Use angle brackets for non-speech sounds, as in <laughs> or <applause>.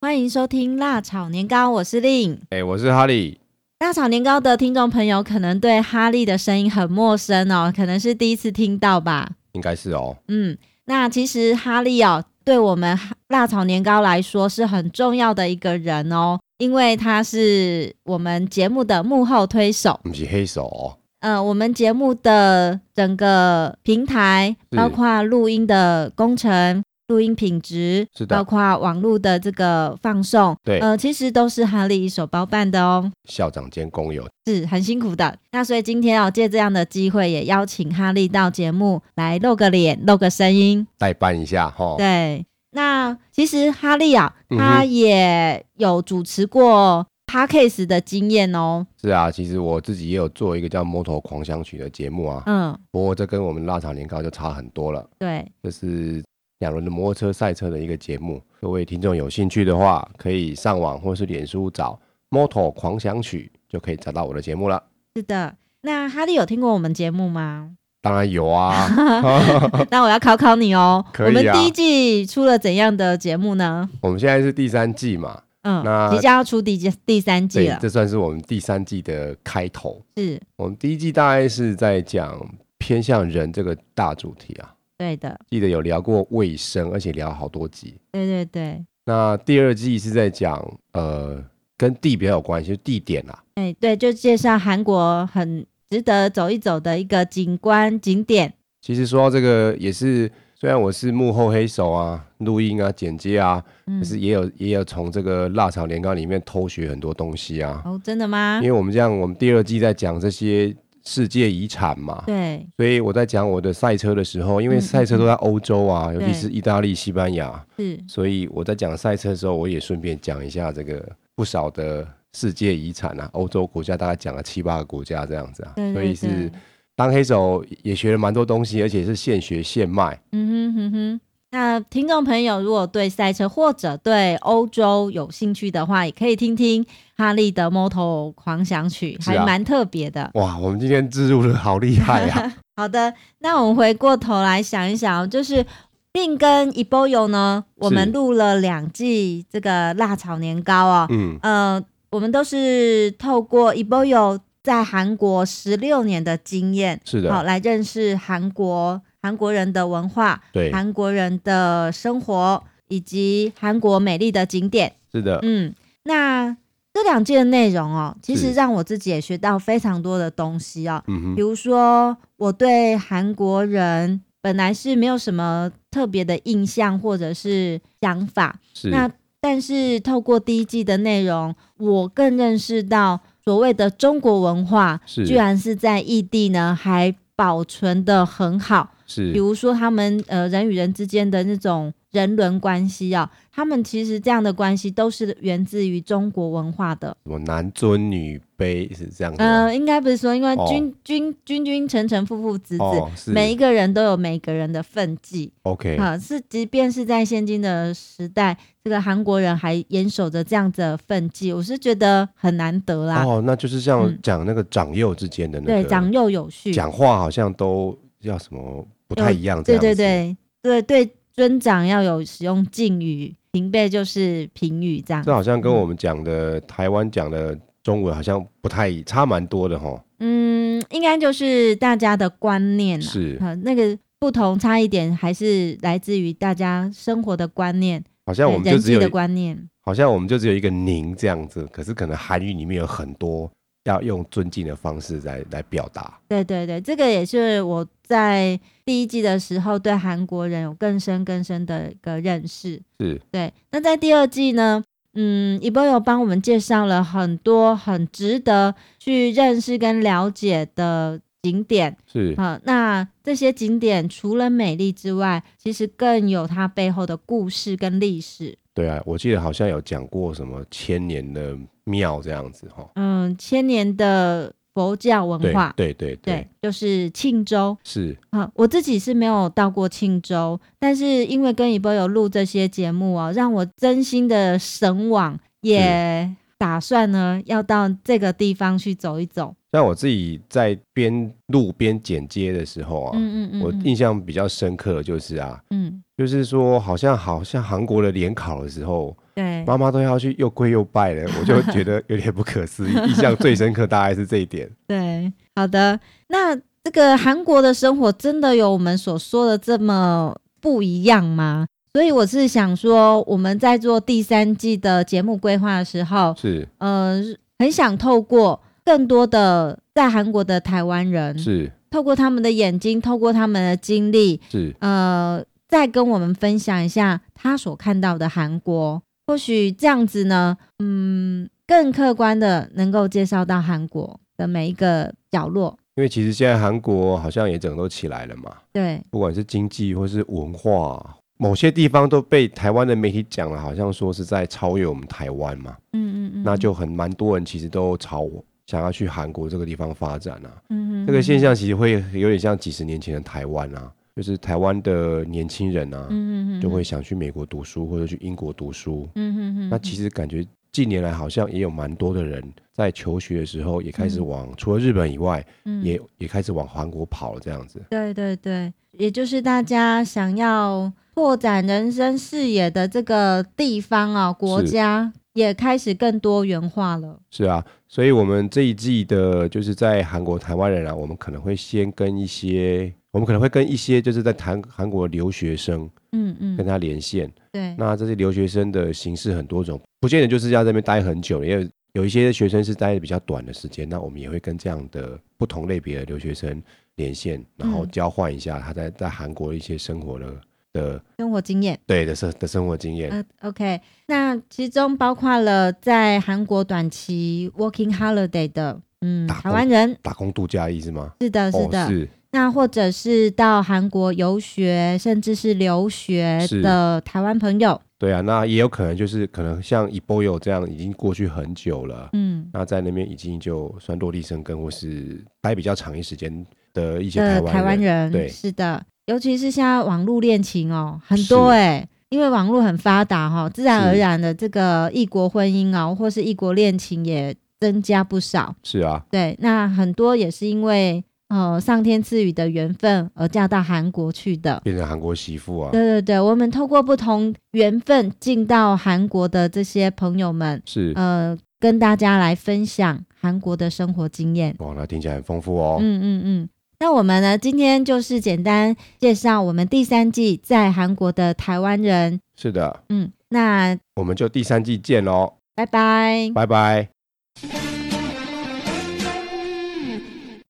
欢迎收听辣炒年糕，我是令。哎、我是哈利。辣炒年糕的听众朋友可能对哈利的声音很陌生哦，可能是第一次听到吧。应该是哦，嗯，那其实哈利哦，对我们辣炒年糕来说是很重要的一个人哦，因为他是我们节目的幕后推手。不是黑手哦，呃，我们节目的整个平台，是包括录音的工程、录音品质，是的包括网络的这个放送，对呃，其实都是哈利一手包办的哦，校长兼工友。是很辛苦的。那所以今天哦，借这样的机会，也邀请哈利到节目来露个脸、露个声音。代办一下哈。对，那其实哈利啊，哦嗯哼他也有主持过 podcast 的经验哦，是啊，其实我自己也有做一个叫《摩托狂想曲》的节目啊，嗯，不过这跟我们辣炒年糕就差很多了，对，这是两轮的摩托车赛车的一个节目。各位听众有兴趣的话，可以上网或是脸书找《摩托狂想曲》，就可以找到我的节目了。是的。那哈利有听过我们节目吗？当然 <laughs> 有啊，那我要考考你哦，可以啊我们第一季出了怎样的节目呢？我们现在是第三季嘛，嗯，那即将要出第第三季对了，，这算是我们第三季的开头。是我们第一季大概是在讲偏向人这个大主题啊，对的，记得有聊过卫生，而且聊好多集。对对对，那第二季是在讲呃跟地比较有关系，就是地点啊啦、哎对，就介绍韩国很值得走一走的一个景观景点，其实说到这个，也是虽然我是幕后黑手啊，录音啊、剪接啊，嗯可，是也有也有从这个辣炒年糕里面偷学很多东西啊。哦，真的吗因？为我们这样，我们第二季在讲这些世界遗产嘛，对，所以我在讲我的赛车的时候，嗯因嗯为赛车都在欧洲啊，尤对其是意大利、西班牙，是所以我在讲赛车的时候，我也顺便讲一下这个不少的世界遗产啊，欧洲国家大概讲了七八个国家这样子啊，对对所以是对当黑手也学了蛮多东西，而且是现学现卖。嗯哼哼哼。那听众朋友，如果对赛车或者对欧洲有兴趣的话，也可以听听哈利的《摩托狂想曲》，是还啊蛮特别的。哇，我们今天植入的好厉害 <laughs> 啊！好的，那我们回过头来想一想哦，就是令跟一波游呢，我们录了两季这个辣炒年糕哦，嗯，呃，我们都是透过一波游在韩国十六年的经验，是好的，来认识韩国韩国人的文化、对，韩国人的生活以及韩国美丽的景点。是的，嗯，那这两季的内容哦，其实是让我自己也学到非常多的东西哦。嗯比哼，如说，我对韩国人本来是没有什么特别的印象或者是想法，是，那但是透过第一季的内容，我更认识到所谓的中国文化，是居然是在异地呢还保存的很好。比是，如说他们呃人与人之间的那种人伦关系啊，他们其实这样的关系都是源自于中国文化的。什么男尊女卑是这样子吗？嗯、应该不是说，因为哦君、君君君臣臣父父子子，哦，是每一个人都有每一个人的分际 OK，啊，是即便是在现今的时代，这个韩国人还严守着这样子的分际，我是觉得很难得啦。哦，那就是像嗯讲那个长幼之间的那个对，长幼有序，讲话好像都要什么不太一样，这对对样子对对对，尊长要有使用敬语，平辈就是平语这样这。好像跟我们讲的台湾讲的中文好像不太差蛮多的哈。嗯，应该就是大家的观念啦。是，啊，那个不同差一点，还是来自于大家生活的观念，好像我们就人只际有的观念。好像我们就只有一个您这样子，可是可能韩语里面有很多要用尊敬的方式来来表达。对对对，这个也是我在第一季的时候对韩国人有更深更深的一个认识。是对，那在第二季呢，嗯，一波有帮我们介绍了很多很值得去认识跟了解的景点。是，好、那这些景点除了美丽之外，其实更有它背后的故事跟历史。对啊，我记得好像有讲过什么千年的庙这样子哈。嗯，千年的佛教文对化，对对对，就是庆州。是啊，我自己是没有到过庆州，但是啊因为跟一波有录这些节目哦，让我真心的神往，也打算呢要到这个地方去走一走。像我自己在边录边剪接的时候啊，嗯嗯嗯，我嗯印象比较深刻的就是啊，嗯就是说好像好像韩国的联考的时候，对，妈妈都要去又跪又拜了，我就觉得有点不可思议。印象最深刻大概是这一点。对，好的。那这个韩国的生活真的有我们所说的这么不一样吗？所以我是想说，我们在做第三季的节目规划的时候，是呃，很想透过更多的在韩国的台湾人，是透过他们的眼睛，透过他们的经历，是，呃，再跟我们分享一下他所看到的韩国。或许这样子呢，嗯，更客观的能够介绍到韩国的每一个角落。因为其实现在韩国好像也整个都起来了嘛，对，不管是经济或是文化，某些地方都被台湾的媒体讲了，好像说是在超越我们台湾嘛，嗯嗯嗯，那就很蛮多人其实都朝想要去韩国这个地方发展啊。嗯嗯这个现，象其实会有点像几十年前的台湾啊，就是台湾的年轻人啊，嗯嗯嗯，就会，想去美国读书或者去英国读书。嗯嗯嗯，那其实感觉近年来好像也有蛮多的人在求学的时候也开始嗯往、除了日本以外，嗯也也开始往韩国跑了这样子。对对对，也就是大家想要拓展人生视野的这个地方啊、国是家也开始更多元化了。是啊，所以我们这一季的就是在韩国台湾人啊，我们可能会先跟一些，我们可能会跟一些就是在韩韩国留学生嗯嗯，跟他连线。对，那这些留学生的形式很多种，不见得就是要在那边待很久，也有有一些学生是待的比较短的时间。那我们也会跟这样的不同类别的留学生连线，然后嗯交换一下他在在韩国的一些生活的的生活经验。对的生的生活经验。呃，OK，那其中包括了在韩国短期 working holiday 的，嗯，打工台湾人，打工度假意思吗？是的，啊是的。哦，是那或者是到韩国游学，甚至是留学是的台湾朋友，对啊，那也有可能就是可能像 Eboyo 这样已经过去很久了，嗯，那在那边已经就算落地生根或是待比较长一时间的一些的台台湾湾人，人，对是的，尤其是现在网络恋情哦，很是多哎、因为网络很发达哈、自然而是然的这个异国婚姻哦，或是异国恋情也增加不少。是啊，对，那很多也是因为呃上天赐予的缘分而嫁到韩国去的。变成韩国媳妇啊，对对对，我们透过不同缘分进到韩国的这些朋友们，是。呃，跟大家来分享韩国的生活经验。哇，那听起来很丰富哦。嗯嗯嗯。那我们呢，今天就是简单介绍我们第三季在韩国的台湾人。是的，嗯，那我们就第三季见喽，拜拜。拜拜。 Thank you.